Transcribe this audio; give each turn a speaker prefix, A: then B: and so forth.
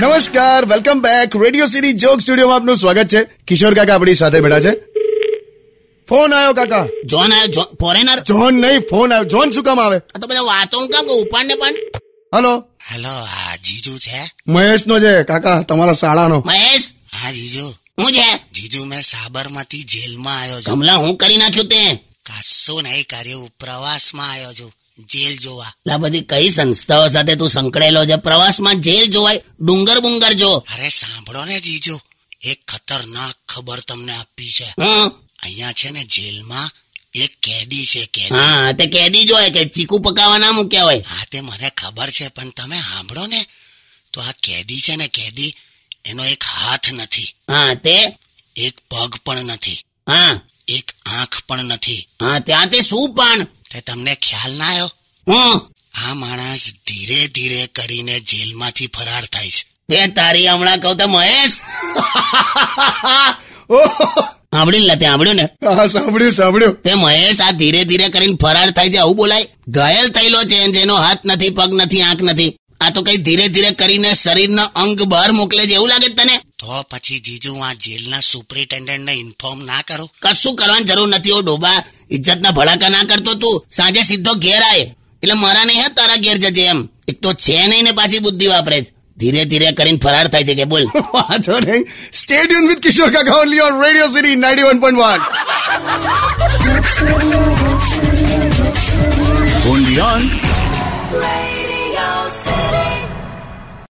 A: નમસ્કાર welcome back radio city joke સ્ટુડિયોમાં આપનું સ્વાગત છે કિશોર કાકા આપણી સાથે બેઠા છે ફોન આવ્યો કાકા
B: જોન આવ્યો ફોરેનર
A: જોન નહીં ફોન આવ્યો જોન શું કામ આવે
B: તો બધા વાતો હું કામ ઉપાડ ને પણ
A: હલો
C: હલો હા જીજુ છે
A: મહેશનો છે કાકા તમારા શાળાનો
B: મહેશ
C: હા જીજુ
B: હું છે
C: જીજુ મેં સાબરમતી જેલમાં આવ્યો છું
B: જમલા હું કરી નાખ્યું તે
C: કાસો નહીં કર્યું પ્રવાસમાં આવ્યો છું જેલ જોવા
B: લા બધી કઈ સંસ્થાઓ સાથે તું સંકળાયેલો છે પ્રવાસમાં જેલ જોવાય ડુંગર બુંગર જો
C: અરે સાંભળો ને જીજુ એક ખતરનાક ખબર તમને આપી છે
B: હં?
C: અહીંયા છે ને જેલમાં એક કેદી છે કેદી
B: હા તે કેદી જોય કે ચીકુ પકાવવા ના મૂક્યા હોય
C: હા તે મને ખબર છે પણ તમે સાંભળો ને તો આ કેદી છે ને કેદી એનો એક હાથ નથી
B: હા તે
C: એક પગ પણ નથી
B: હા
C: એક આંખ પણ નથી
B: હા ત્યાં તે શું પણ
C: તે તમને ખ્યાલ ના આવ્યો
B: હં?
C: આ માણસ ધીરે ધીરે કરીને જેલમાંથી ફરાર થાય છે
B: તે તારી હમણાં કહું તો મહેશ
A: ઓહો,
B: સાંભળી લે તે સાંભળ્યું ને
A: હા સાંભળ્યું સાંભળ્યું
B: તે મહેશ આ ધીરે ધીરે કરીને ફરાર થાય છે આવું બોલાય ઘાયલ થયેલો છે જેનો હાથ નથી પગ નથી આંખ નથી આ તો કઈ ધીરે ધીરે કરીને શરીરના અંગ બહાર મોકલે છે એવું લાગે છે તને
C: તો પછી જીજુ આ જેલના સુપરિન્ટેન્ડન્ટને ઇન્ફોર્મ ના કરો
B: કશું કરવાની જરૂર નથી ઓ ડોબા ઇજ્જતના ભડાકા ના કરતો તું સાંજે સીધો ઘેર આય એટલે મારા નહીં હે તારા ઘેર જજે એમ એક તો છે નહીં ને પાછી બુદ્ધિ વાપરે છે ધીરે ધીરે કરીને ફરાર થાય છે કે બોલ
A: વાંધો નહીં સ્ટેડિયમ વિથ કિશોર કાકા only on radio city ninety one point one
D: only on
E: Radio